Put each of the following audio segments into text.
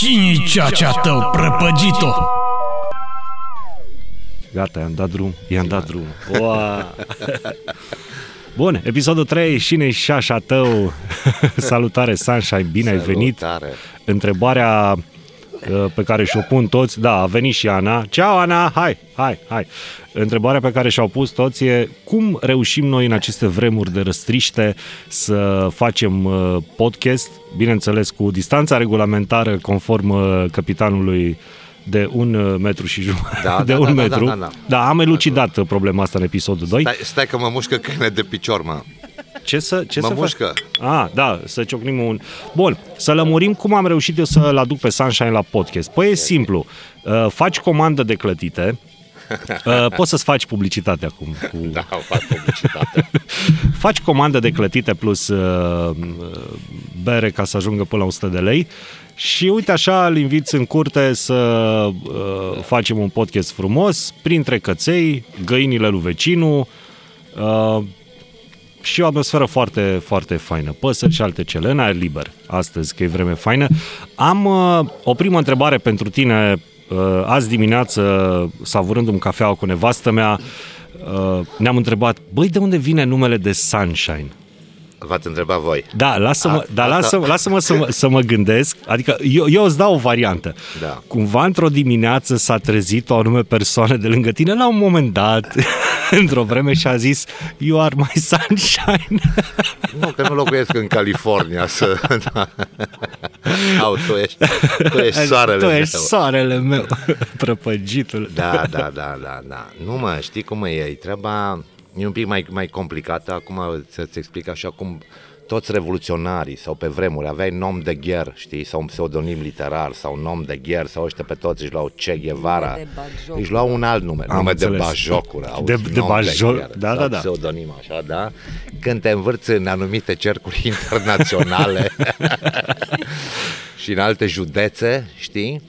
Piciacea tău, prăpăgit-o! Gata, i-am dat drum, i-am dat drum. Oa! Bun, episodul 3, cine și așa tău? Salutare, Sunshine, bine ai venit. Salutare. Întrebarea uh, pe care și-o pun toți, da, a venit și Ana. Ceau, Ana, hai, hai, hai. Întrebarea pe care și-au pus toți e cum reușim noi în aceste vremuri de răstriște să facem uh, podcast, bineînțeles cu distanța regulamentară conform uh, capitanului de un uh, metru și jumătate, Da, de da, un da, da, metru. da, da. da, am elucidat uh, problema asta în episodul 2. Stai, stai că mă mușcă câine de picior, mă. Ce să, ce Mă să fac? mușcă. A, da, să ciocnim un... Bun, să lămurim cum am reușit eu să-l aduc pe Sunshine la podcast. Păi e simplu, uh, faci comandă de clătite, uh, poți să-ți faci publicitate acum. Cu... Da, fac publicitate. Faci comandă de clătite plus uh, bere ca să ajungă până la 100 de lei și uite așa îl inviți în curte să uh, facem un podcast frumos printre căței, găinile lui vecinul, uh, și o atmosferă foarte, foarte faină. Păsări și alte cele în aer liber astăzi, că e vreme faină. Am uh, o primă întrebare pentru tine. Uh, azi dimineață, savurându-mi cafeaua cu nevastă mea, uh, ne-am întrebat, băi, de unde vine numele de Sunshine? V-ați întrebat voi. Da, lasă-mă, A- da, asta- lasă-mă, lasă-mă să, mă, să mă gândesc. Adică eu, eu îți dau o variantă. Da. Cumva într-o dimineață s-a trezit o anume persoană de lângă tine la un moment dat, într-o vreme și a zis, you are my sunshine. Nu, că nu locuiesc în California să... Da. Au, tu ești, tu ești soarele Tu ești meu. soarele meu, prăpăgitul. Da, da, da, da, da. Nu mă, știi cum e, e treaba e un pic mai, mai complicată, acum să-ți explic așa cum toți revoluționarii sau pe vremuri aveai nom de gher, știi, sau un pseudonim literar, sau un nom de gher, sau ăștia pe toți își luau Che Guevara, Nume de bajocură. își luau un alt nume, Am nume de înțeles. bajocură, auzi, De- nom de bajo- gher, da, sau da, da. pseudonim așa, da? Când te învârți în anumite cercuri internaționale, și în alte județe, știi?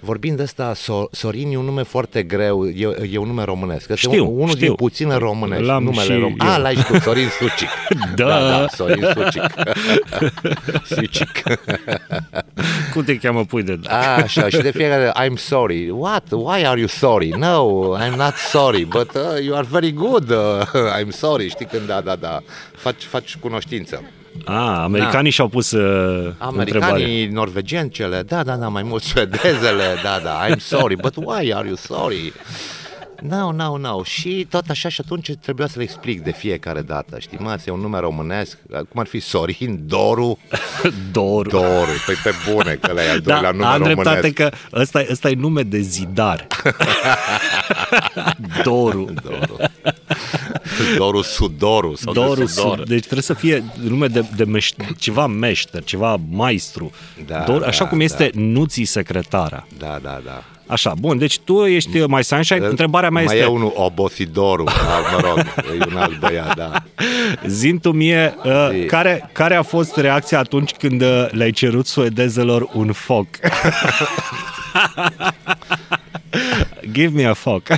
Vorbind de asta, So- Sorin e un nume foarte greu, e, e un nume românesc. Este Știu, un, unul știu. din puține românești, L-am și numele român. eu. Ah, l-ai și tu, Sorin Sucic. Da. da, da Sorin Sucic. Sucic. Ah, Cum te cheamă pui de da? Așa, și de fiecare dată, I'm sorry. What? Why are you sorry? No, I'm not sorry, but uh, you are very good. Uh, I'm sorry, știi când, da, da, da. Faci, faci cunoștință. A, americanii și-au pus uh, întrebare. Da. Americanii, norvegencele, da, da, da, mai mult suedezele, da, da, I'm sorry, but why are you sorry? No, no, no. Și tot așa și atunci trebuia să le explic de fiecare dată, știi, mă, e un nume românesc, cum ar fi Sorin, Doru, Dor. Doru, păi pe bune că le-ai al Da, doilea nume am românesc. dreptate că ăsta, ăsta e nume de zidar. Doru. Doru. Doru Sudoru sau Doru, de Sudor. sub- deci trebuie să fie nume de, de meș- ceva meșter, ceva maestru. Da, Dor, așa da, cum este Nuții secretara. Da, da, da. Așa, bun, deci tu ești uh, mai sunshine. Întrebarea mea mai este... e unul Obosidoru, da, mă rog, e un alt băiat, da. Zim tu mie, uh, Zi. care, care a fost reacția atunci când uh, le-ai cerut suedezelor un foc? Give me a foc.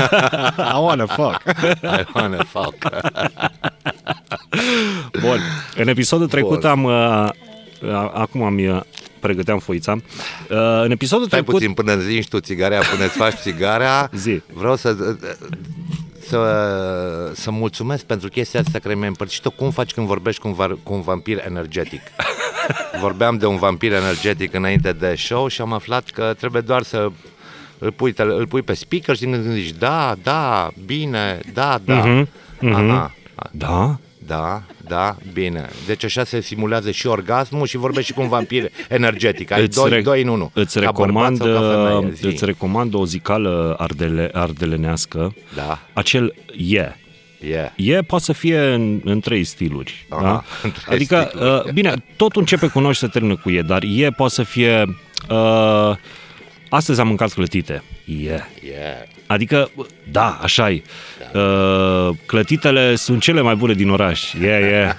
I want a foc. I wanna fuck. Bun, în episodul trecut Bun. am... Uh, a- acum am uh, pregăteam foița. Uh, în episodul Stai trecut... puțin până zinși tu țigarea, până îți faci țigara. Zi. Vreau să, să, să mulțumesc pentru chestia asta care mi-ai împărțit-o. Cum faci când vorbești cu un, var, cu un vampir energetic? Vorbeam de un vampir energetic înainte de show și am aflat că trebuie doar să îl pui, tele- îl pui pe speaker și din când în când zici da, da, bine, da, da. Mhm, Aha. Da? Da, da, bine. Deci așa se simulează și orgasmul și vorbești și cu un vampir energetic. Ai doi, re- doi în unul. Îți Ca bărbat recomand, uh, sau ca femeie, zi. îți recomand o zicală ardele, ardelenească. Da. Acel e. Yeah. E, poate să fie în, în trei stiluri. Aha, da? în trei Adică, stiluri. Uh, bine, tot începe cu noi și se termină cu e, dar e poate să fie... Uh, astăzi am mâncat clătite. E. Yeah. Adică, da, așa e. Uh, clătitele sunt cele mai bune din oraș. E, e.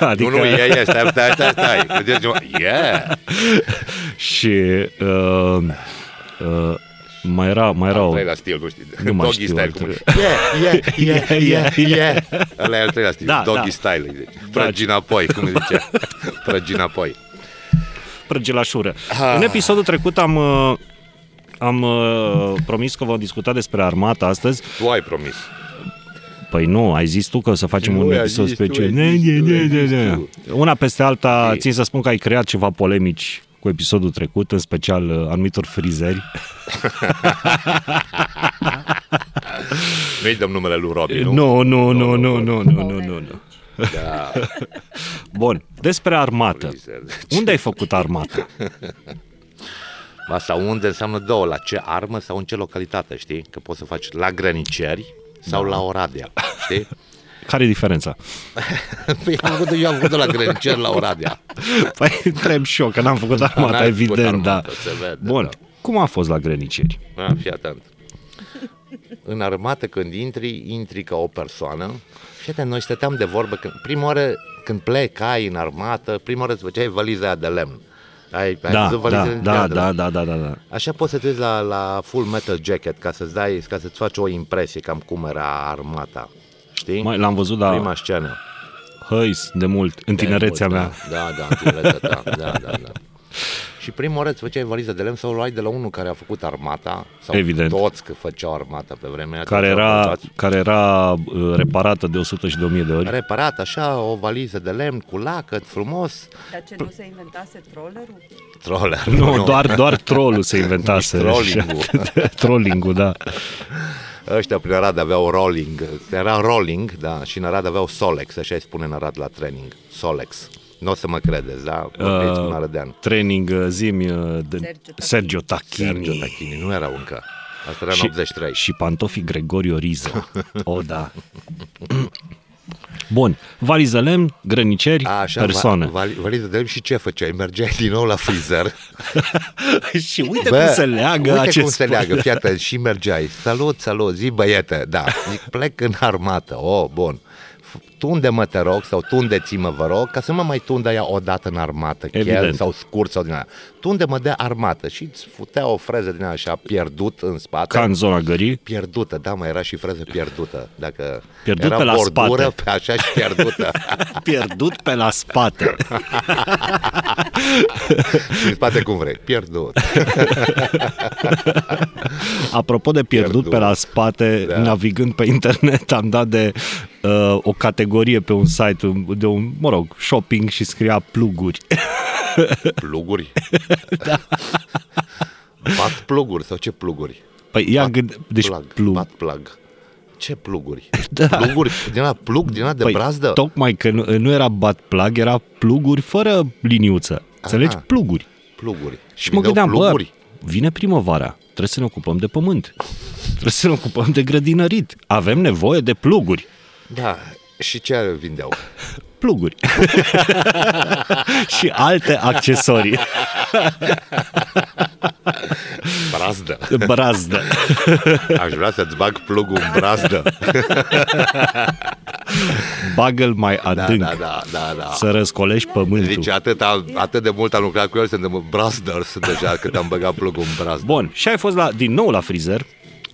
Nu, adică, nu, e, e, stai, stai, stai, stai. Vedeți, eu- Yeah. Și... Uh, uh, mai era, mai era Al o... treilea Păi, stil, nu știi. Oh. Nu mai Doggy știu, style. al Cum... Yeah, yeah, yeah, yeah, yeah. Ăla e al treilea stil. Da, Doggy da. style. îi zice. Prăgi înapoi, cum îi zice. Prăgi înapoi. prăgelașură. În episodul trecut am... uh, Am uh, promis că vom discuta despre armata astăzi. Tu ai promis. Păi nu, ai zis tu că o să facem Nu, un ai episod zis tu, special. ai Ne, zis ne, tu, ne, ai ne, zis ne. tu. Păi- Una peste alta, Ei. țin să spun că ai creat ceva polemici cu episodul trecut, în special uh, anumitor frizeri. Nu-i dăm numele lui Robin, nu? Nu, Păi nu, nu, nu, nu, nu, nu, nu. nu. Da. Bun, despre armată. Frizeri. Unde ai făcut armată? Ba, sau unde înseamnă două, la ce armă sau în ce localitate, știi? Că poți să faci la grăniceri sau la Oradea, știi? Care e diferența? Păi am făcut, eu am făcut la grăniceri la Oradea. Păi întreb și eu, că n-am făcut armata, N-ai făcut evident, armată, da. se vede, Bun, da. cum a fost la grăniceri? A, Da, fii atent. În armată când intri, intri ca o persoană. Și atent, noi stăteam de vorbă. Când, prima oară când plecai în armată, prima oară îți făceai valiza aia de lemn. Ai, ai Da, văzut da, valizele din da, teatru? da, da, da, da, da. Așa poți să te uiți la, la Full Metal Jacket ca să-ți, dai, ca să-ți faci o impresie cam cum era armata. Știi? Mai, l-am văzut, Prima da, scenă. hăis de mult, în tinerețea Da, mea. Da, da, în tinerețea ta, da, da, da. Și prima oară îți făceai valiză de lemn sau o luai de la unul care a făcut armata, sau Evident. toți că făceau armata pe vremea aia, Care toți au era, făcut- care era uh, reparată de 100 și de 1000 de ori. reparat așa, o valiză de lemn cu lacăt frumos, Dar ce nu se inventase trollerul? troller. Nu, doar, doar trolul se inventase. Nici trolling-ul. Așa. Trolling-ul, da. Ăștia prin Arad aveau rolling, era rolling, da, și în Arad aveau solex, așa îi spune în Arad la training, solex. Nu o să mă credeți, da? Uh, Vorbiți cu un arădean. Training uh, zimi uh, de Sergiu Tachini. Sergio Sergio Tachini. Tachini, nu erau încă. Asta era în Și- 83. Și pantofii Gregorio Rizzo. O, da. Bun, valiză lemn, grăniceri, A, Așa, persoană. Va, vali- valiză de lemn și ce făceai? Mergeai din nou la freezer. și uite cum se leagă uite acest cum se păr. leagă, fii atent, și mergeai. Salut, salut, zi băiete, da. Zic, plec în armată, oh, bun. F- Tunde-mă, te rog, sau tunde-ți-mă, vă rog, ca să mă mai tundă ea odată în armată, Evident. chiar, sau scurt, sau din aia. Tunde-mă de armată și îți futea o freză din aia așa pierdut în spate. Ca în zona gării, Pierdută, da, mai era și freză pierdută. Dacă Pierdut era pe la bordură, spate. pe așa și pierdută. pierdut pe la spate. și în spate cum vrei, pierdut. Apropo de pierdut, Pierdut. pe la spate, da. Da. navigând pe internet, am dat de uh, o categorie pe un site, un- de un, mă rog, shopping și scria pluguri. Pluguri? da. Bat pluguri sau ce pluguri? Păi ia gând... Deci plug, plug. Bat plug. Ce pluguri? Da. Pluguri din la plug, din la de păi, brazdă? Tocmai că nu, nu era bat plug, era pluguri fără liniuță. Înțelegi? Aha. Pluguri. Pluguri. Și Îmi mă dau gândeam, bă, pluguri. vine primăvara, trebuie să ne ocupăm de pământ. Trebuie să ne ocupăm de grădinărit. Avem nevoie de pluguri. Da. Și ce vindeau? Pluguri. și alte accesorii. Brazdă. Brazdă. Aș vrea să-ți bag plugul în brazdă. Da, Bagă-l mai Da, adânc. da, da, da, da. Să răscolești pământul. Deci atât, am- atât de mult am lucrat cu el, suntem brazders deja cât am băgat plugul în brazdă. Bun, și ai fost la, din nou la frizer.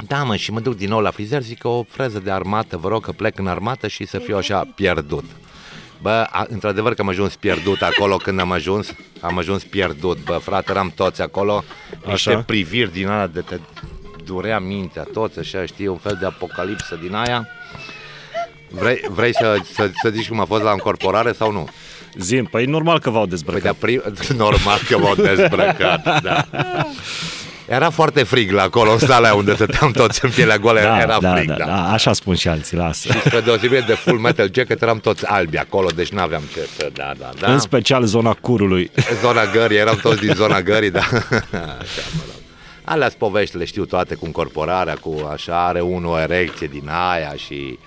Da, mă, și mă duc din nou la frizer, zic că o freză de armată, vă rog că plec în armată și să fiu așa pierdut. Bă, a, într-adevăr că am ajuns pierdut acolo când am ajuns, am ajuns pierdut, bă, frate, eram toți acolo, niște Așa. priviri din alea de te durea mintea, toți așa, știi, un fel de apocalipsă din aia. Vrei, vrei să, să, să zici cum a fost la încorporare sau nu? Zim, păi normal că v-au dezbrăcat. Păi de prim... normal că m-au dezbrăcat, da. Era foarte frig la acolo, în sala unde stăteam toți în pielea goală, da, Păi, era da, frig, da, da, da, așa spun și alții, lasă. Și spre deosebire de Full Metal Jacket eram toți albi acolo, deci n-aveam ce să... Da, da, da. În special zona curului. Zona gării, eram toți din zona gării, da. Așa, mă rog. Alea povești, le știu toate cu încorporarea, cu așa, are unul o erecție din aia și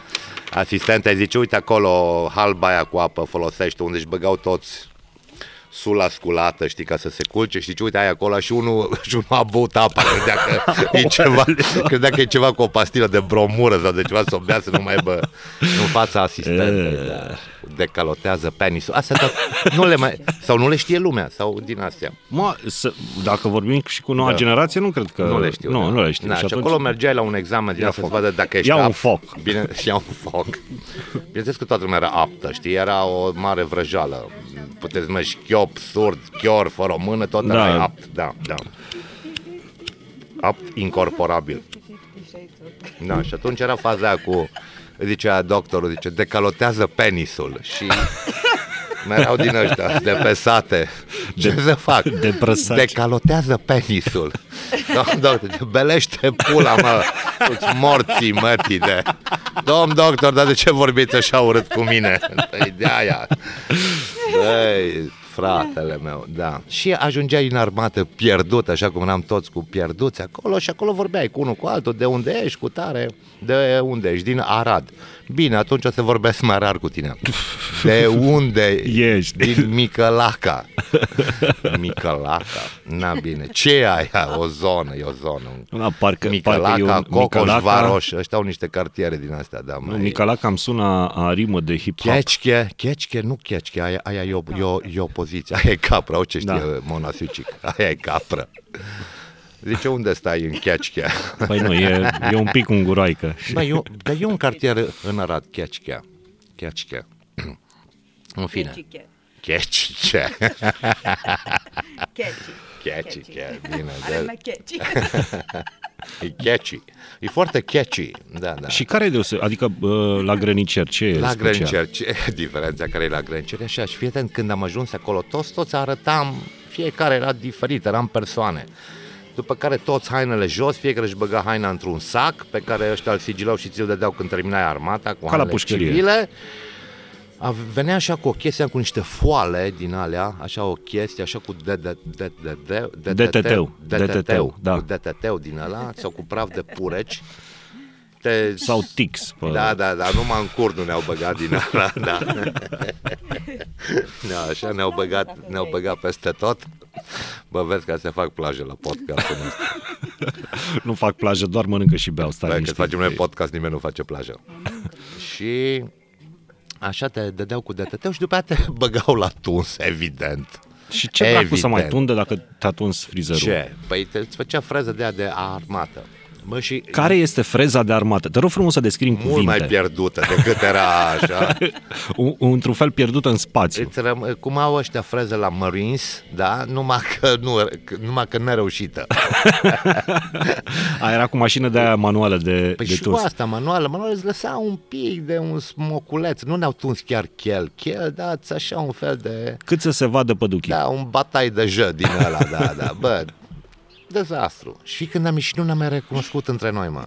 asistenta îi zice, uite acolo halba aia cu apă folosește, unde își băgau toți sula sculată, știi, ca să se culce și zice, uite, ai acolo și unul, și unul a băut apă, credea că, e ceva, credea că e ceva cu o pastilă de bromură sau de ceva să o bea să nu mai bă în fața asistentei. Da. Decalotează penisul. Asta tot, nu le mai, sau nu le știe lumea, sau din astea. Mă, să, dacă vorbim și cu noua da. generație, nu cred că... Nu le știu. Nu, da. nu le știu. Da, și, atunci- acolo mergeai la un examen din Ia asta să foc. vadă dacă ești Ia un apt. foc. Bine, ia un foc. Bineînțeles că toată lumea era aptă, știi? Era o mare vrăjală. puteți mă, șchiop, surd, chior, fără o mână, tot Da. da. ăla e apt, da, da. Apt incorporabil. Da, și atunci era faza aia cu, zicea doctorul, zice, decalotează penisul și merau din ăștia, de pe sate. Ce să fac? de prăsaci. Decalotează penisul. Domn doctor, zice, belește pula, mă, toți morții mătii de... Domn doctor, dar de ce vorbiți așa urât cu mine? Păi de aia. Băi, fratele meu, da. Și ajungeai în armată pierdut, așa cum eram toți cu pierduți acolo și acolo vorbeai cu unul cu altul, de unde ești, cu tare, de unde ești, din Arad. Bine, atunci o să vorbesc mai rar cu tine. De unde Ești. Din Micălaca. Micălaca. Na bine. Ce e aia? O zonă, e o zonă. Da, parcă, parcă e Micălaca, un, Cocoș, Micălaca, Varoș, ăștia au niște cartiere din astea, da, nu, mai... Micălaca îmi sună a rimă de hip-hop. Chechche, chechche, nu chechche, aia, aia e, o, e, o, e o poziție, aia e capra, o ce știe Da. da. monasiucic, aia e capra. Zice, unde stai în chechche? Păi nu, e, e un pic unguroaică. Bă, eu, dar e un cartier în Arad, chechche, chechche. În fine, Checiche. chechche, Checi. chechche, bine, Are da, mea checi. e catchy, e foarte catchy, da, da. Și care e deosebit? Adică bă, la grănicer, ce e La special? Grâncer, ce diferența care e la Grâncer? Așa, și fii atent, când am ajuns acolo, toți, toți arătam, fiecare era diferit, eram persoane. După care toți hainele jos, fiecare își băga haina într-un sac pe care ăștia îl sigilau și ți-l dădeau când terminai armata cu la hainele pușcărie. civile. A venea așa cu o chestie, cu niște foale din alea, așa o chestie, așa cu DTT-ul, DTT-ul, da. cu DTT-ul din ăla, sau cu praf de pureci. Te Sau tix? Pă, da, da, da, numai în cur nu ne-au băgat din ala, da. da așa ne-au băgat, ne-au băgat peste tot. Bă, vezi că se fac plaje la podcast. Nu fac plajă, doar mănâncă și beau. Stai Bă, când liniștit. facem noi podcast, nimeni nu face plajă. și așa te dădeau cu dtt și după aia te băgau la tuns, evident. Și ce dracu să Evident. mai tundă dacă te-a tuns frizerul? Ce? Păi te, îți făcea freză de aia de armată. Bă, și Care este freza de armată? Te rog frumos să descrii în mult mai cuvinte. pierdută decât era așa. Un- Într-un fel pierdută în spațiu. Îți răm- cum au ăștia freză la Marines, da? Numai că nu, că- numai că nereușită. A, era cu mașină de aia manuală de, Păi de și cu tuns. asta, manuală, manuală îți lăsa un pic de un smoculeț. Nu ne-au tuns chiar chel. Chel, da, ți așa un fel de... Cât să se vadă păduchii. Da, un batai de jă din ăla, da, da, bă, dezastru. Și când am ieșit, nu ne-am mai recunoscut între noi, mă.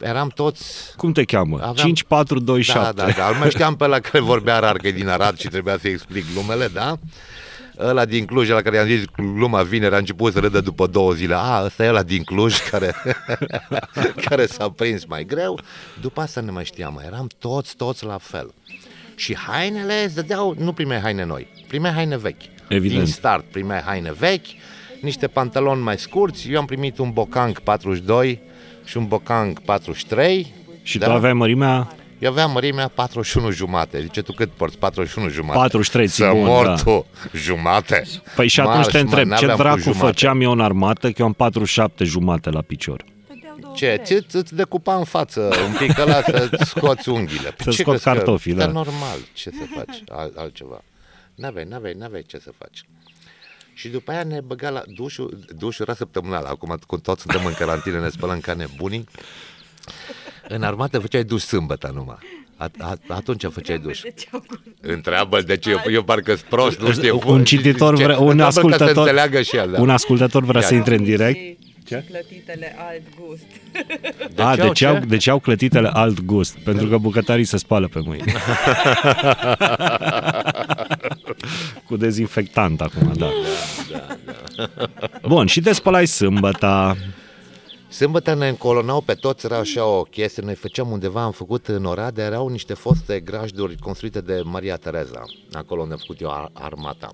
Eram toți Cum te cheamă? Aveam- 5, 4, 2, 7. Da, da, da. Îl mai știam pe la care vorbea rar că e din Arad și trebuia să-i explic glumele, da? Ăla din Cluj, la care i-am zis gluma vineri, a început să râdă după două zile. A, ăsta e ăla din Cluj care, care s-a prins mai greu. După asta ne mai știam, mai eram toți, toți la fel. Și hainele îți dădeau, nu primeai haine noi, primeai haine vechi. Evident. Din start primeai haine vechi, niște pantaloni mai scurți. Eu am primit un bocanc 42 și un bocanc 43. Și Da. tu aveai mărimea Eu aveam mărimea 41 jumate. Zice, tu cât porți? 41 jumate. 43, Să ți-e bun, mor da. tu jumate. Păi și atunci Marș, te mă, întreb, ce n-aveam cu dracu jumate. făceam eu în armată, că eu am 47 jumate la picior. Ce? Ți, ți, îți decupa în față un pic ăla să-ți scoți unghiile. Păi Să ce scot crezi că- cartofii, da. Dar normal, ce să faci al, altceva. N-aveai, n-aveai, n-aveai ce să faci. Și după aia ne băga la dușul, dușul era săptămânal, acum cu toți suntem în carantină, ne spălăm ca nebunii. În armată făceai duș sâmbătă numai. At, at, atunci făceai duș. Păi Întreabă de ce, eu, eu parcă sunt prost, nu știu. Un cititor, Ce- vrea, un întreabă Ca să ascultător, înțeleagă și el, da. un ascultător vrea Ia, să intre în direct. Ce? Clătitele alt gust. De A, ce de au ce, ce? au, de ce au clătitele alt gust? Pentru că bucătarii se spală pe mâini. Cu dezinfectant acum, da. da, Bun, și te spălai sâmbăta. Sâmbătă ne încolonau pe toți, era așa o chestie, noi făceam undeva, am făcut în Oradea, erau niște foste grajduri construite de Maria Tereza, acolo unde am făcut eu ar- armata.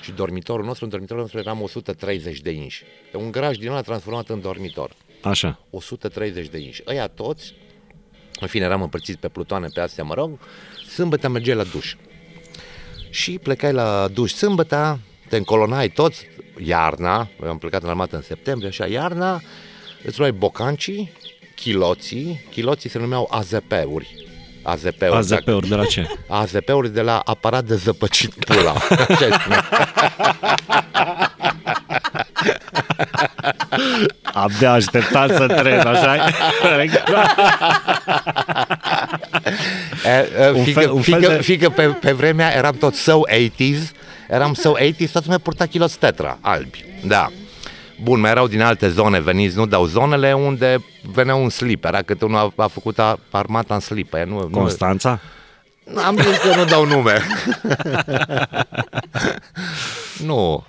Și dormitorul nostru, în dormitorul nostru eram 130 de inși. E un graj din ăla transformat în dormitor. Așa. 130 de inși. Ăia toți, în fine, eram împărțiți pe plutoane, pe astea, mă rog, sâmbătă mergeai la duș. Și plecai la duș sâmbătă, te încolonai toți, iarna, eu am plecat în armată în septembrie, așa, iarna, îți luai bocancii, chiloții, chiloții se numeau AZP-uri, AZP-uri. dacă- AZP-uri de la ce? AZP-uri de la aparat de zăpăcit pula. Așa îi spune. Abia așteptam să trec, așa Da. E, e, Un Fică, fel- un fel fică, de- fică pe, pe vremea eram tot so 80s, eram so 80s, toată lumea purta kiloți tetra, albi, da. Bun, mai erau din alte zone veniți, nu dau zonele unde venea un slip, era câte unul a, a făcut a, armata în slip, aia nu, nu, Constanța? am zis că nu dau nume. nu.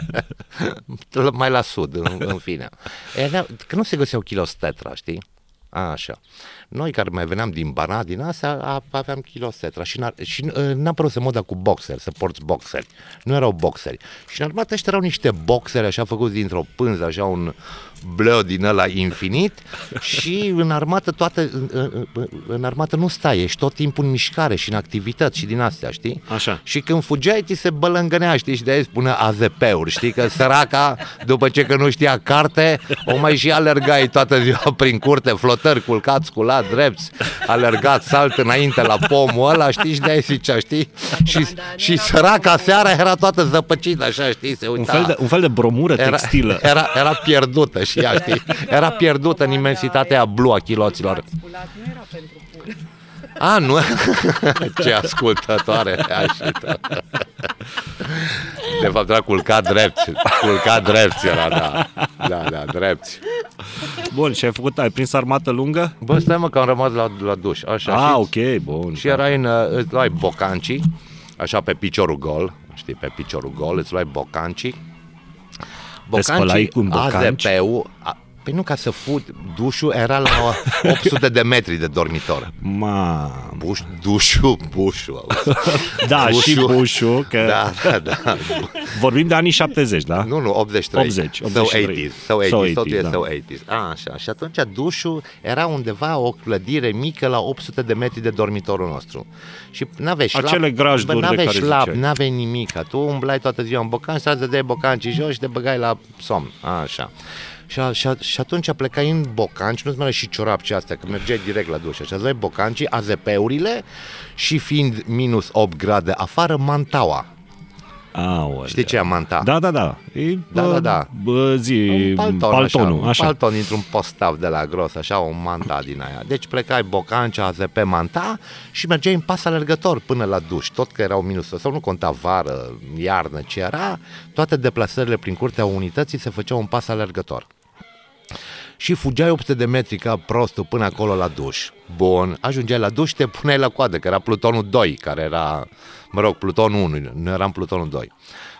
Mai la sud, în, în fine. Era, că nu se găseau kilos tetra, știi? A, așa. Noi care mai veneam din Bana, din astea, a- aveam kilos tetra și, n-a, și uh, n-a părut să moda cu boxer, să porți boxeri. Nu erau boxeri. Și în armată ăștia erau niște boxeri așa făcuți dintr-o pânză, așa un bleu din ăla infinit și în armată toată, în, în, în- în armată nu stai, ești tot timpul în mișcare și în activități și din astea, știi? Așa. Și când fugeai, ți se bălângânea, știi, și de aia spune AZP-uri, știi, că săraca, după ce că nu știa carte, o mai și alergai toată ziua prin curte, flotări, culcat, sculat, drepți, alergat, salt înainte la pomul ăla, știi, și de aia zicea, știi? Și, da, și era săraca pomul. seara era toată zăpăcită, așa, știi, se Un uita. fel de, un fel de bromură textilă. Da. Era, era, era pierdută și ea, știi? Era pierdută în imensitatea blu a chiloților. Ați sculat, nu era pentru pur. A, nu? Ce ascultătoare așită. De fapt, era culcat drept. Culcat drept era, da. Da, da, drept. Bun, și ai făcut, ai prins armată lungă? Bă, stai mă că am rămas la, la duș. Așa, Ah, Da, și, ok, bun. și erai în, uh, îți luai bocancii, așa pe piciorul gol, știi, pe piciorul gol, îți luai bocancii. spălai cu un bocanci? AZP-ul, a, Păi nu, ca să fut, dușul era la 800 de metri de dormitor. Ma... Buș, dușul, bușul. auzi. Da, Bușu. și bușu, că da. Da, da, da. vorbim de anii 70, da? Nu, nu, 83. 80, So 83. 80s, so 80s, So so 80s totul 80s, e da. so 80s. A, așa. Și atunci dușul era undeva o clădire mică la 800 de metri de dormitorul nostru. Și n-aveai șlap. Acele grajduri de bă, n-aveai care șlap, ziceai. n-aveai nimic. Tu umblai toată ziua în bocanci, să de bocanci jos și te băgai la somn. A, așa. Și, a, și, a, și atunci plecai în bocanci, nu-ți mai era și ciorap și astea, că mergeai direct la duș. Așa, luai bocancii, AZP-urile și fiind minus 8 grade afară, mantaua. Aoleu. Știi ce e manta? Da, da, da. E, Da, da, da. Bă, zi, un palton, paltonul, așa, așa. Un palton dintr-un postav de la gros, așa, o manta din aia. Deci plecai bocancea, AZP, manta și mergeai în pas alergător până la duș. Tot că erau minus, sau nu conta vară, iarnă, ce era, toate deplasările prin curtea unității se făceau în pas alergător. Și fugeai 800 de metri ca prostul până acolo la duș. Bun, ajungeai la duș și te puneai la coadă, că era plutonul 2, care era, mă rog, plutonul 1, nu eram plutonul 2.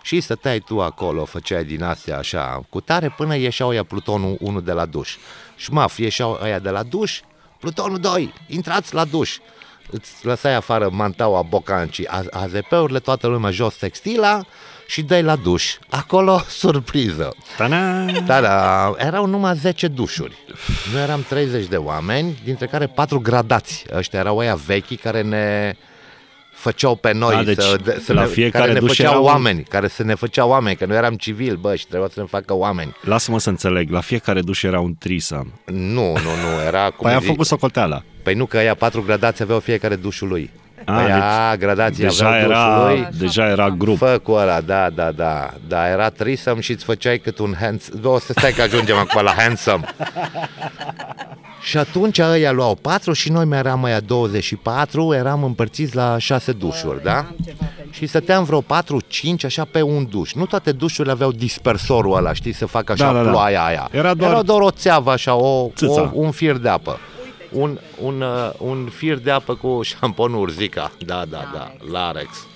Și stăteai tu acolo, făceai din astea așa, cu tare, până ieșeau ea plutonul 1 de la duș. Șmaf, ieșeau aia de la duș, plutonul 2, intrați la duș. Îți lăsai afară mantaua, bocancii, a- AZP-urile, toată lumea jos textila și dai la duș. Acolo, surpriză. Ta-na! Da, da, erau numai 10 dușuri. Noi eram 30 de oameni, dintre care 4 gradați. Ăștia erau aia vechi care ne făceau pe noi Da, deci să, de, să la ne, fiecare care ne duș era făceau un- oameni, care să ne făceau oameni, că noi eram civil, bă, și trebuia să ne facă oameni. Lasă-mă să înțeleg, la fiecare duș era un trisam. Nu, nu, nu, era cum Păi am îi zic- făcut socoteala. Păi nu, că aia patru gradați aveau fiecare dușul lui. A, A, aia deci, gradații Deja aveau era, dușul lui. deja era grup. Fă cu ăla, da, da, da, da, era trisam și îți făceai cât un handsome. O să stai că ajungem acum la handsome. Și atunci ăia luau 4 și noi mai eram aia 24, eram împărțiți la 6 dușuri, da? Am ceva pentru Și stăteam vreo 4-5 așa pe un duș. Nu toate dușurile aveau dispersorul ăla, știi, să facă așa Da, da, da. ploaia aia. Era doar- Era doar o țeavă așa, o, o, Țâța. un fir de apă. Un, un, uh, un fir de apă cu șamponul Urzica. Da, da, da, Larex.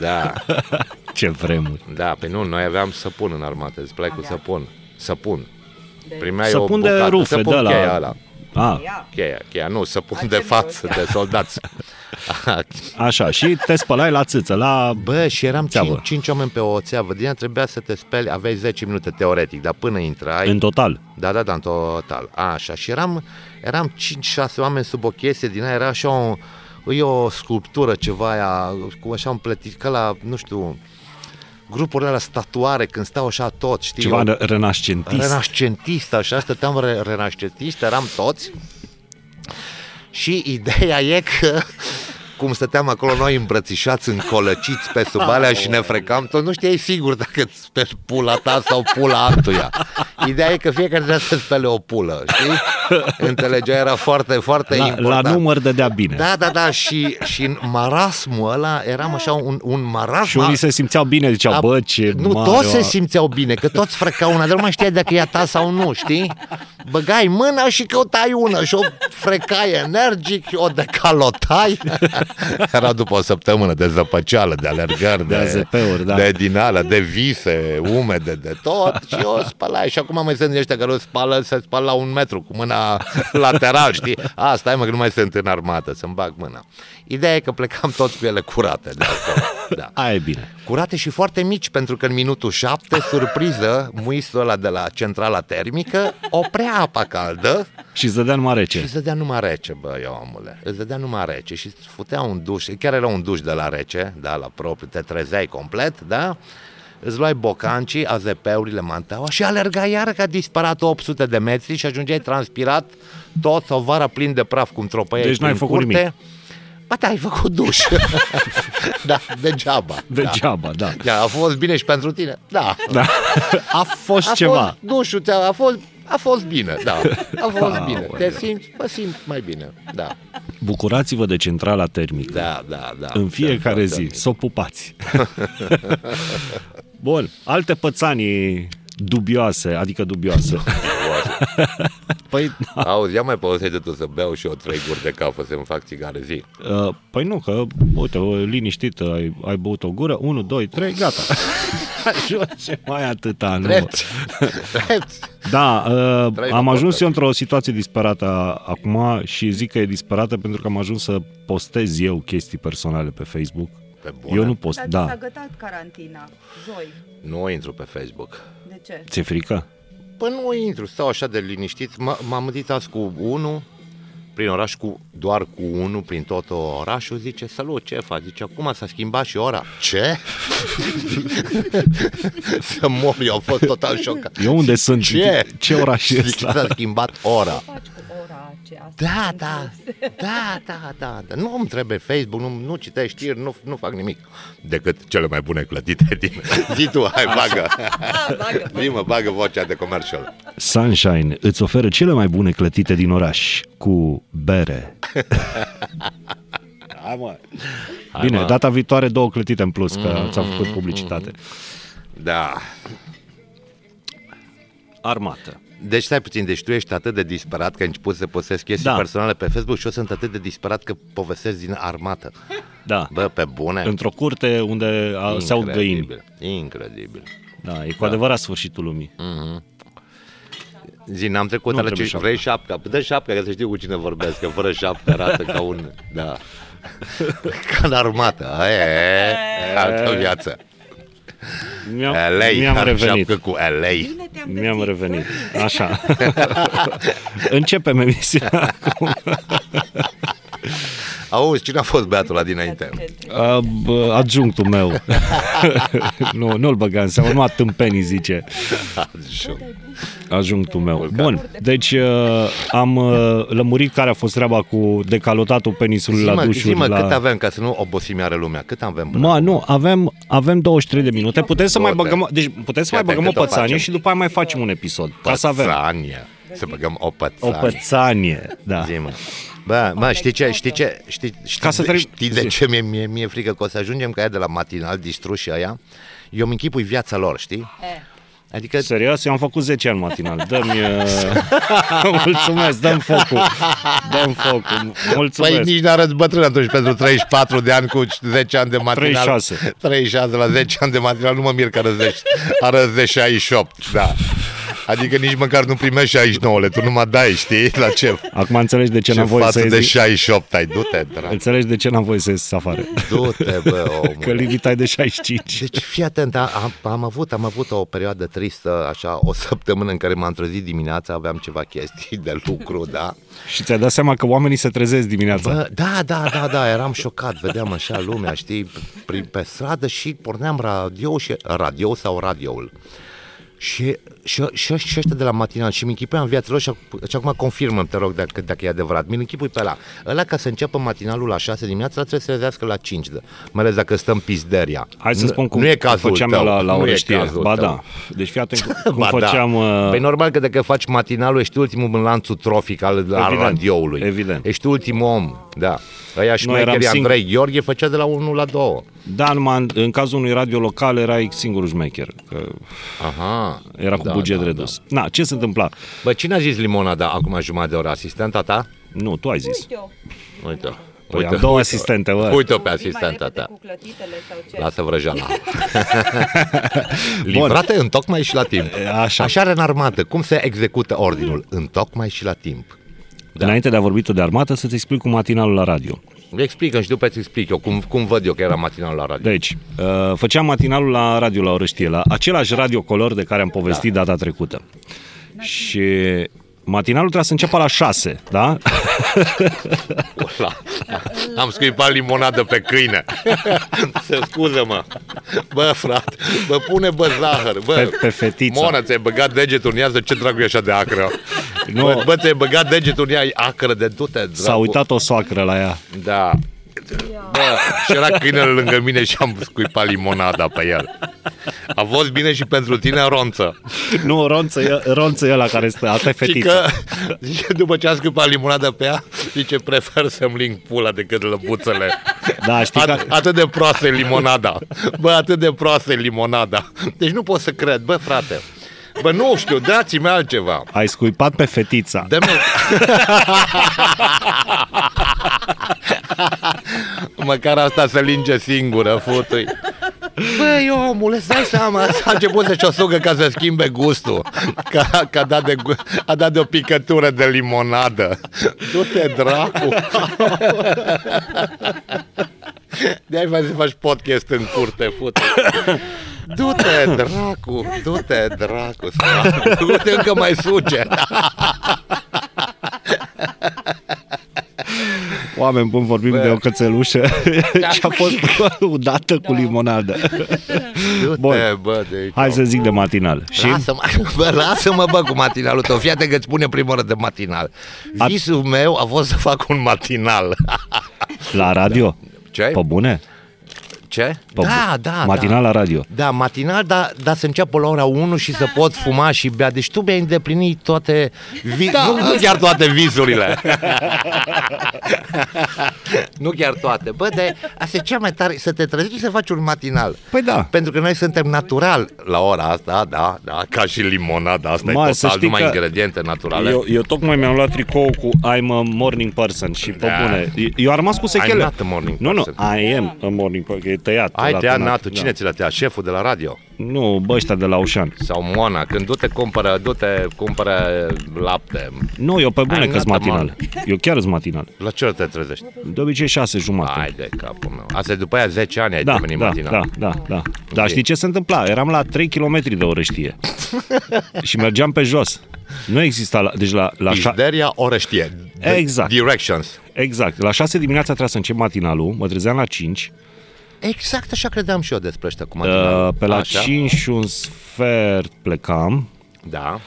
Da, Ce vremuri. da, pe nu, noi aveam săpun în armată, îți plai cu săpun. Săpun. Primeai o Săpun de bucată, rufe, săpun de la- cheia ăla. A, ea. Cheia, cheia, nu, săpun de Acel față, gros, de soldați. așa, și te spălai la țâță, la... Bă, și eram Țeavă. 5, 5 oameni pe o țeavă. Din ea trebuia să te speli, aveai 10 minute teoretic, dar până intrai... În total. Da, da, da, în total. Așa. Și eram, eram 5-6 oameni sub o chestie din aia, era așa o, e o sculptură ceva aia, cu așa un plătit, ca la, nu știu, grupurile la statuare, când stau așa tot, știi? Ceva o- re- renascentist. renascentist, așa, stăteam re- renascentist, eram toți Și ideea e că cum stăteam acolo noi îmbrățișați, încolăciți pe sub alea și ne frecam, tot nu știai sigur dacă îți speli pula ta sau pula altuia. Ideea e că fiecare trebuia să spele o pulă, știi? Înțelegea, era foarte, foarte La, la important. număr dădea bine. Da, da, da, și, și în marasmul ăla eram așa un, un marasm. Și unii se simțeau bine, ziceau, a- bă, ce da. Nu, mare, toți se o- simțeau bine, că toți frecau una, dar nu mai știai dacă e a ta sau nu, știi? Băgai mâna și căutai una și o frecai energic și o decalotai. Era după o săptămână de zăpăceală, de alergări, De AZP-uri, da. de din alea, de vise, umede, de tot și o spălai. Și acum mai sunt ăștia care o spală, se spală la un metru cu mâna lateral, știi? A, stai mă, că nu mai sunt în armată, să-mi bag mâna. Ideea e că plecam toți cu ele curate de acolo. Da Aia e bine. curate și foarte mici, pentru că în minutul 7, surpriză, muisul ăla de la centrala termică oprea apa caldă Și îți dădea numai și rece. îți dădea numai rece, bă, eu omule. Îți dădea numai rece și îți futea un duș, chiar era un duș de la rece, da, la propriu, te trezeai complet, da? Îți luai bocancii, AZP-urile, manteaua și alergai iară că a disparat 800 de metri și ajungeai transpirat tot sau vara plin de praf cum tropăiești Deci n-ai prin făcut curte. nimic. Ba da, ai făcut duș. da, degeaba. da. Degeaba, da. Ia, a fost bine și pentru tine? Da. da. A fost A ceva. Fost, nu știu, ți-a- a fost, a fost bine, da. A fost bine. Te simți? Mă simt mai bine. Da, Bucurați-vă de centrala termică. da, da. da. În fiecare Da, zi. da. Să o pupați. Bun. Alte pățanii dubioase, adică dubioase. Da. Păi, da. auzi, ia mai povestește tu să beau și eu trei guri de cafă să-mi fac țigare zi. Uh, Păi nu, că, uite, o, liniștit, ai, ai băut o gură, 1, 2, 3, gata. Ajunge mai atâta, nu. Drept, drept. Da, uh, Trei am nu ajuns poate. eu într-o situație disperată a- acum și zic că e disperată pentru că am ajuns să postez eu chestii personale pe Facebook. Pe bune? Eu nu post, S-a, da. s-a gătat carantina, joi. Nu intru pe Facebook. De ce? Ți-e frică? Păi nu intru, stau așa de liniștit. M- M-am întâlnit azi cu unul prin oraș, cu, doar cu unul prin tot orașul, zice, salut, ce faci? Zice, acum s-a schimbat și ora. Ce? Să mor, eu am fost total șocat. Eu unde sunt? Ce? Ce oraș e Zice, ăsta? s-a schimbat ora. Faci cu ora aceasta. Da, da, da, da, da, da. Nu îmi trebuie Facebook, nu, nu citești știri, nu, nu fac nimic. Decât cele mai bune clătite din... Zi tu, hai, bagă. Zi, mă, bagă vocea de comercial. Sunshine îți oferă cele mai bune clătite din oraș cu bere. Hai, Da, mă. Mm-hmm. Bine, data viitoare două clătite în plus, că ți-am făcut publicitate. Da. Armată. Deci stai puțin, deci tu ești atât de disperat că început să postezi chestii Da. da. personale pe Facebook și eu sunt atât de disperat că povestesc din armată. Da. Bă, pe bune. Într-o curte unde a, se aud găini. Incredibil, Incredibil. Da, e cu adevărat sfârșitul lumii. Zi, n-am trecut Nu nu ala trebuie ce șapca. vrei șapca. Dă șapca ca să știu cu cine vorbesc, că fără șapca arată ca un... Da. ca în armată. Aia e, e, altă viață. Mm. Mi-am, LA, mi-am am revenit. șapcă cu LA. Bine te-am Mi-am găsit. revenit. Așa. Începem emisiunea acum. Auzi, cine a fost băiatul ăla dinainte? A, bă, Adjunctul meu. nu, nu-l băga în seamă, numai tâmpenii zice. Adjunctul meu. Bun, deci uh, am uh, lămurit care a fost treaba cu decalotatul penisului la Zi-mă, dușuri. zi-mă la... cât avem, ca să nu obosim iară lumea. Cât avem până Mă, nu, avem, avem 23 de minute. Putem să mai Două, băgăm, deci putem să mai Iată băgăm o cât o pățanie facem. și după aia mai facem un episod. Ca să avem. Pățanie. Să băgăm o O pățanie. pățanie, da. Zi, mă. Bă, mă, știi ce, știi ce, știi, știi, Ca să de, trec- știi de zi. ce mi-e, mie, mie frică că o să ajungem ca aia de la matinal distruși aia? Eu îmi închipui viața lor, știi? E. Adică Serios, eu am făcut 10 ani matinal. Dă-mi... uh, Mulțumesc, dăm focul. Dăm focul. Mulțumesc. Păi nici n-arăți bătrân atunci pentru 34 de ani cu 10 ani de matinal. 36. 36 la 10 ani de matinal, nu mă mir că arăți, arăți de 68, da. Adică nici măcar nu primești 69 tu nu mă dai, știi, la ce, Acum înțelegi de ce, ce n-am voie să față ies... de din- 68 ai, du-te, dracu. Înțelegi de ce n-am voie să ies afară. Du-te, bă, Că omule. limita e de 65. Deci fii atent, a- am, am, avut, am avut o perioadă tristă, așa, o săptămână în care m-am trezit dimineața, aveam ceva chestii de lucru, da? Și ți-ai dat seama că oamenii se trezesc dimineața. Bă, da, da, da, da, eram șocat, vedeam așa lumea, știi, prin, pe stradă și porneam radio și radio sau radioul. Și, și, și, și ăștia de la matinal și mi închipuiam viața lor și, ac- și acum confirmă te rog, dacă, dacă e adevărat. Mi-l închipui pe ăla. Ăla ca să înceapă matinalul la 6 dimineața, ăla trebuie să se trezească la 5, de, mai ales dacă stăm pizderia. Hai să Nu- spun cum nu e cazul făceam tău. eu la, la nu e orăștie. cazul Ba tău. da. Deci fii atent cum- cum Ba da. făceam... uh, Păi normal că dacă faci matinalul ești ultimul în lanțul trofic al, al Evident, radioului. evident. Ești ultimul om, da. Aia și Noi mai eram singuri. Andrei Gheorghe făcea de la 1 la 2. Da, numai în, în cazul unui radio local erai singurul șmecher, că Aha. era cu da, buget da, redus. Da. Na, ce se întâmpla? Da. Bă, cine a zis limonada acum jumătate de oră? Asistenta ta? Nu, tu ai zis. Uite-o, Uite. Păi am două asistente, bă. Uite-o pe vii mai asistenta repede ta. cu clătitele sau ce? da. Lasă vrăjeala. Livrate în tocmai și la timp. Așa. Așa renarmată. Cum se execută ordinul? În tocmai și la timp. Da. Înainte de a vorbi tu de armată, să-ți explic cu matinalul la radio. Explică și după îți explic eu cum, cum văd eu că era matinal la radio. Deci, uh, făceam matinalul la radio la Orăștie, la același radio color de care am povestit da. data trecută. Și matinalul trebuia să înceapă la 6, da? Ăla. Am scuipat limonadă pe câine. Să scuză-mă. Bă, frate, bă, pune bă zahăr. Bă, Pe- pe fetiță. Mona, ți-ai băgat degetul în ea, zice, ce dracu e așa de acră? Nu. Nu. Bă, bă, ți-ai băgat degetul în ea, e acră de du-te, dracu. S-a uitat o soacră la ea. Da. Bă, și era câinele lângă mine și am scuipat limonada pe el. A fost bine și pentru tine, Ronță. Nu, ronță e, ronță e la care stă, asta e Și fetița. că, zice, după ce am scuipat limonada pe ea, zice, prefer să-mi ling pula decât lăbuțele. Da, știi că... At- atât de proastă e limonada. Bă, atât de proastă e limonada. Deci nu pot să cred, bă, frate. Bă, nu știu, dați-mi altceva. Ai scuipat pe fetița. Dă-mi... Măcar asta să linge singură, futui. Băi, omule, stai seama, a început să-și o sugă ca să schimbe gustul. Ca, ca a dat de, gu- a dat de o picătură de limonadă. Du-te, dracu! De-ai faci să faci podcast în curte, fute. Du-te, dracu, du-te, dracu, stai. du-te încă mai suge. Oameni buni, vorbim Bă. de o cățelușă și a fost udată da. cu limonadă. Du-te, Bun. bă, de aici. Hai să zic de matinal. Și... Și Lasă-mă, bă, lasă-mă, bă, cu matinalul tău. Fii atent că îți pune prima oră de matinal. Visul meu a fost să fac un matinal. la radio? Ce ai? Pe bune? Ce? Pe Da, bu- da, Matinal da. la radio. Da, matinal, dar da, să înceapă la ora 1 și să pot fuma și bea. Deci tu mi-ai îndeplinit toate, vi- da. nu, nu chiar toate visurile. nu chiar toate. Bă, dar asta e cea mai tare, să te trezești și să faci un matinal. Păi da. Pentru că noi suntem natural la ora asta, da, da, ca și limonada, asta Mă, e să total, știi numai că ingrediente naturale. Eu, eu tocmai mi-am luat tricou cu I'm a morning person și pe Da. bune. Eu am rămas cu sechele. I'm not a morning nu, nu, person. I am a morning person, că e tăiat. Hai la te ia tânăr. da. Natu, cine ți l-a tăiat? Șeful de la radio? Nu, bă, ăștia de la Ușan. Sau Moana, când du-te cumpără, du-te cumpără lapte. Nu, eu pe bune I'm că-s not a matinal. Eu chiar sunt matinal. La ce oră te trezești? De obicei șase jumate. Hai de capul meu. Asta e după aia 10 ani ai Da, devenit da, matinal. da, da, da. Dar știi ce se întâmpla? Eram la 3 km de orăștie și mergeam pe jos. Nu exista, la, deci la, la șa- Pizderia orăștie. The- Exact. Directions. exact, la 6 dimineața trebuia să încep matinalul, mă trezeam la 5, Exact așa credeam și eu despre ăștia cu matinal. uh, pe la Da. Așa. 5 și un sfert plecam, Da.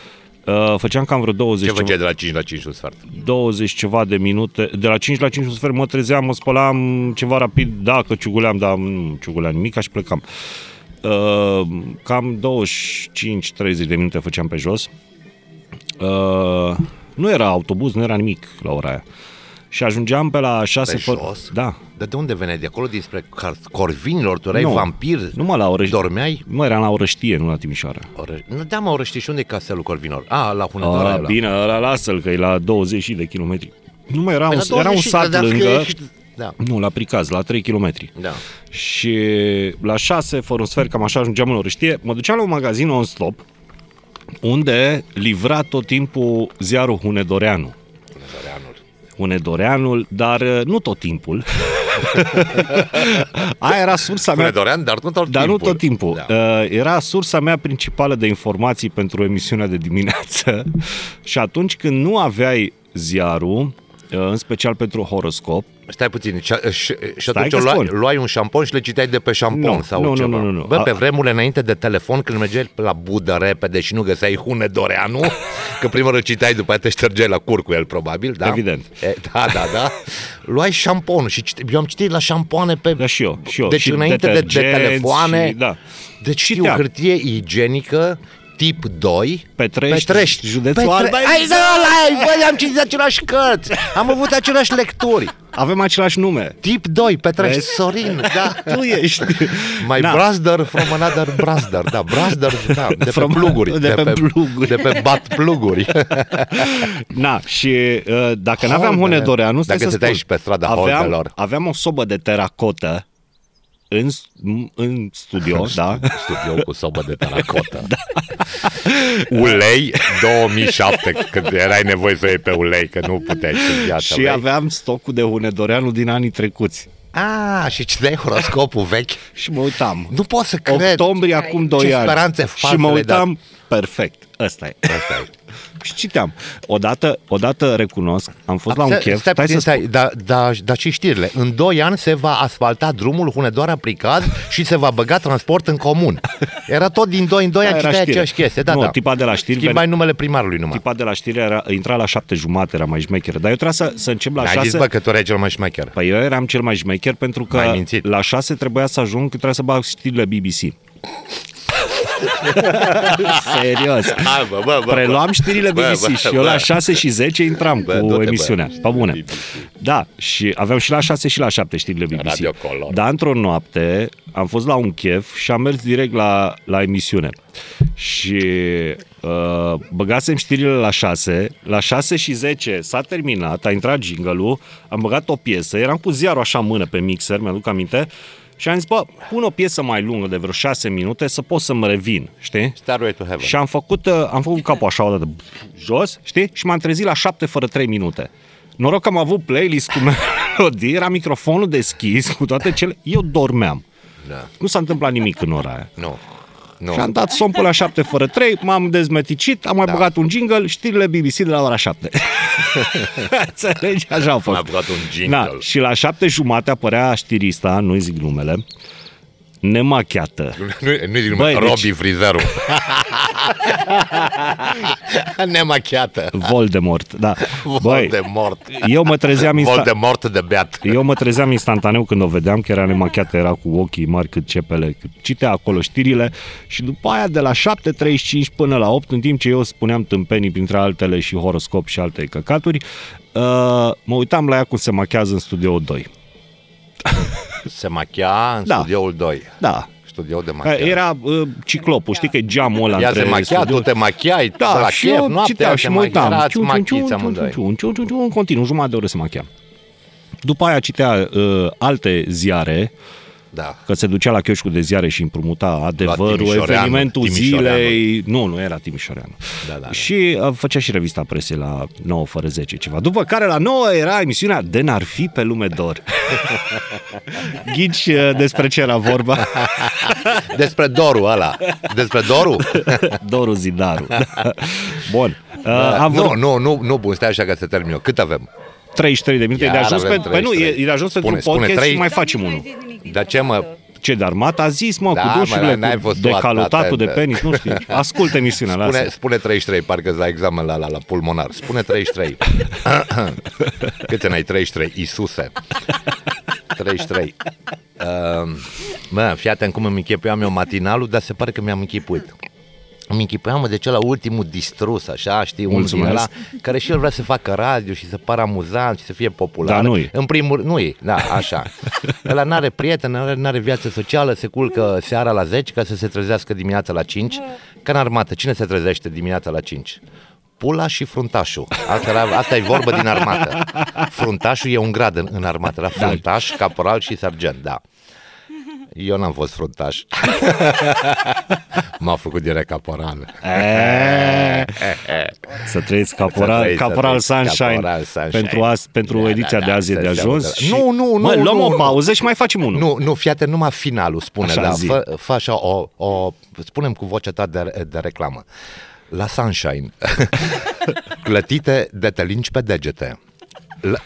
uh, făceam cam vreo 20 Ce făceai ceva, de la 5 la 5 și un sfert? 20 ceva de minute, de la 5 la 5 un sfert mă trezeam, mă spălam ceva rapid, da, că ciuguleam, dar nu ciuguleam nimic și plecam. Uh, cam 25-30 de minute făceam pe jos. Uh, nu era autobuz, nu era nimic la ora aia. Și ajungeam pe la 6 Pe fără... jos? Da. Dar de unde veneai? De acolo dinspre car- corvinilor? Tu erai Nu. vampir? Nu mă la orăștie. Dormeai? Mă, eram la orăștie, nu la Timișoara. Oră... Nu, da, mă, orăști și unde e castelul corvinilor? A, la Hunedoara Ah, ăla. bine, ăla lasă-l, că e la 20 de kilometri. Nu mai era, Păi un, la era un 20 sat credeam că lângă... ești- Da, Nu, la Pricaz, la 3 kilometri. da. Și la 6, fără un sfert, cam așa ajungeam în orăștie, mă duceam la un magazin non-stop, unde livra tot timpul ziarul Hunedoreanu. Hunedoreanul. Hunedoreanul, dar uh, nu tot timpul. Aia era sursa mea. Hunedorean, dar nu tot Dar nu timpul. tot timpul. Da. Da. Era sursa mea principală de informații pentru emisiunea de dimineață. și atunci când nu aveai ziarul, uh, în special pentru horoscop, Stai puțin, și, și, și atunci că luai, spun. luai un șampon și le citeai de pe șampon Nu, sau nu, nu, ceva. nu, nu, nu. Bă, pe A- vremurile înainte de telefon, când mergeai la budă repede și nu găseai Hune Doreanu, că prima oară citeai, după aceea te ștergeai la cur cu el, probabil, da? Evident. E, da, da, da. Luai șamponul și cite, eu am citit la șampoane pe... Da, și eu, și eu. Deci Și înainte de, de detergenți telefoane, și- da. deci știu, Știam. hârtie igienică, tip 2, Petrești, Petrești. județul Alba Hai să ăla, băi, am citit aceleași cărți, am avut aceleași lecturi. Avem același nume. Tip 2, Petrești, Vezi? Sorin, da. Tu ești. My Na. brother from another brother, da, brother, da, de pe From- pluguri. de pe pluguri. De pe bat pluguri. Na, și uh, dacă nu aveam Holdele. Hone Doreanu, stai Dacă să stăteai spun, și pe strada aveam, holdelor. aveam o sobă de teracotă în, în studio, da? Studio cu sobă de teracotă. Da. Ulei 2007, când erai nevoie să o iei pe ulei, că nu puteai în viața și aveam stocul de Hone Doreanu din anii trecuți. A, și citeai Ah, horoscopul vechi? Și mă uitam. Nu pot să cred. Octombrie acum Ce 2 ani. speranțe false și mă le-ai uitam, perfect, ăsta e. Asta e. Și citeam. Odată, odată recunosc, am fost la un Stai- chef. Stai Stai, puțin, să stai, spun. da, da, da, și știrile. În 2 ani se va asfalta drumul Hunedoara Pricaz și se va băga transport în comun. Era tot din 2 în 2 Da, ani era citeai știre. aceeași chestie. Da, Nu, da. tipa de la știri Schimbai numele primarului numai. Tipa de la știre era, intra la șapte jumate, era mai șmecheră. Dar eu trebuia să, să încep la Ai șase. zis, bă, că tu erai cel mai șmecher. Păi eu eram cel mai șmecher pentru că M-ai mințit. la șase trebuia să ajung, că trebuia să bag știrile BBC. Serios. Hai, bă, bă, bă, Preluam știrile Bă, BBC bă, și eu la bă. 6 și 10 intram Bă, cu du-te, bă. emisiunea. Pe bune. Da, și aveam și la 6 și la 7 știrile BBC. Radio Color. Dar într-o noapte am fost la un chef și am mers direct la, la emisiune. Și uh, băgasem știrile la 6, la 6 și 10 s-a terminat, a intrat jingle am băgat o piesă, eram cu ziarul așa în mână pe mixer, mi-aduc aminte, și am zis, bă, pun o piesă mai lungă de vreo 6 minute să pot să-mi revin, știi? Starway to Heaven. Și am făcut, uh, am făcut capul așa odată jos, știi? Și m-am trezit la 7 fără 3 minute. Noroc că am avut playlist cu melodii, era microfonul deschis cu toate cele. Eu dormeam. Da. Nu s-a întâmplat nimic în ora aia. Nu. Nu. Și am dat somn până la 7 fără 3, m-am dezmeticit, am mai Da. băgat un jingle, știrile BBC de la ora 7. Înțelegi? Așa au fost. Am băgat un jingle. Da, și la 7 jumate apărea știrista, nu-i zic numele, nemachiată. Nu, nu zic Băi, numai, deci- Robi Frizerul. Nemachiată. Voldemort, da. Voldemort. Eu mă trezeam insta- Voldemort de beat. eu mă trezeam instantaneu când o vedeam, că era nemachiată, era cu ochii mari cât cepele, cât citea acolo știrile și după aia de la 7.35 până la 8, în timp ce eu spuneam tâmpenii printre altele și horoscop și alte căcaturi, uh, mă uitam la ea cum se machează în Studio 2. Se machia în Da. studioul 2. Da, Studioul de Machiar. machiat. era uh, ciclopul, știi că e geamul ăla Ea între se machia, studio- tu te machiai, Da, la și chef, eu noaptea, citeam se și mă uitam. machiați, Ciu, ciu, ciu, machiți ciu, amândoi. ciu, ciu, ciu, ciu, În continuu, jumătate de oră se machia. După aia citea uh, alte ziare, Da. că se ducea la chioșcul de ziare și împrumuta adevărul, Timișoreanu, evenimentul Timișoreanu. zilei. Nu, nu era Timișoreanu. Da, da, da. Și uh, făcea și revista presei la 9 fără 10 ceva. După care la 9 era emisiunea De n-ar fi pe lume dor. Ghici uh, despre ce era vorba. Despre dorul ăla. Despre dorul? Doru Zidaru. Bun. Uh, am nu, vrut nu, nu, nu, Da. bun, stai așa că se termin eu. Cât avem? 33 de minute. e de Iar ajuns, avem pe, păi nu, e, 33. e de ajuns Spune, pentru spune, podcast trei. și mai Dar facem nu mai unul. zis nimic din Dar ce, mă, toată. Ce de armat a zis, mă, Da, cu mă, dușurile, n-ai cu fost tu decalotatul de atent. penis, nu știu. Ascultă emisiunea, Spune, lasă. spune 33, parcă la examen la, la, la pulmonar. Spune 33. Câte n-ai? 33. Isuse. 33. Um, mă, fii atent cum îmi închipuiam eu matinalul, dar se pare că mi-am închipuit. Îmi închipuiam mă, de cel la ultimul distrus, așa, știi, unul din Mulțumesc. ăla, care și el vrea să facă radio și să pară amuzant și să fie popular. Dar Da, nu e. În primul rând, nu e, da, așa. Ăla n-are prieten, n-are viață socială, se culcă seara la 10 ca să se trezească dimineața la 5. Ca în armată, cine se trezește dimineața la 5? Pula și fruntașul. Asta, era, asta e vorbă din armată. Fruntașul e un grad în, în armată. Era Da. fruntaș, caporal și sergent, da. Eu n-am fost fruntaș. M-a făcut direct caporal. Eee, Să trăiți Să caporal, trăiți, să caporal trăiți, Sunshine Caporal Sunshine. pentru, azi, pentru Da, ediția da, de da, azi e să de se ajuns. audă. și- Nu, nu, Mă, nu, luăm nu, o nu. pauză și mai facem unul. Nu, nu, fii atent, numai finalul spune, Așa, da, zi. fă, fă așa, o, o, spunem cu vocea ta de, de reclamă. La Sunshine, clătite de te lingi pe degete. La,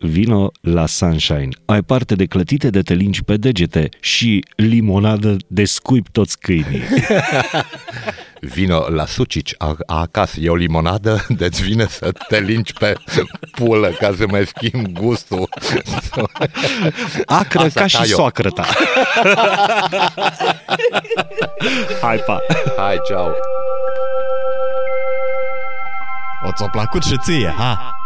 vino la Sunshine. Ai parte de clătite de te lingi pe degete și limonadă de scuip toți câinii. Vino la Sucici, a, a acasă, e o limonadă, deci vine să te linci pe pulă ca să mai schimb gustul. Acră Asta ca și ca eu. soacră ta. Hai, pa! Hai, ceau! O ți-a plăcut și ție, ha?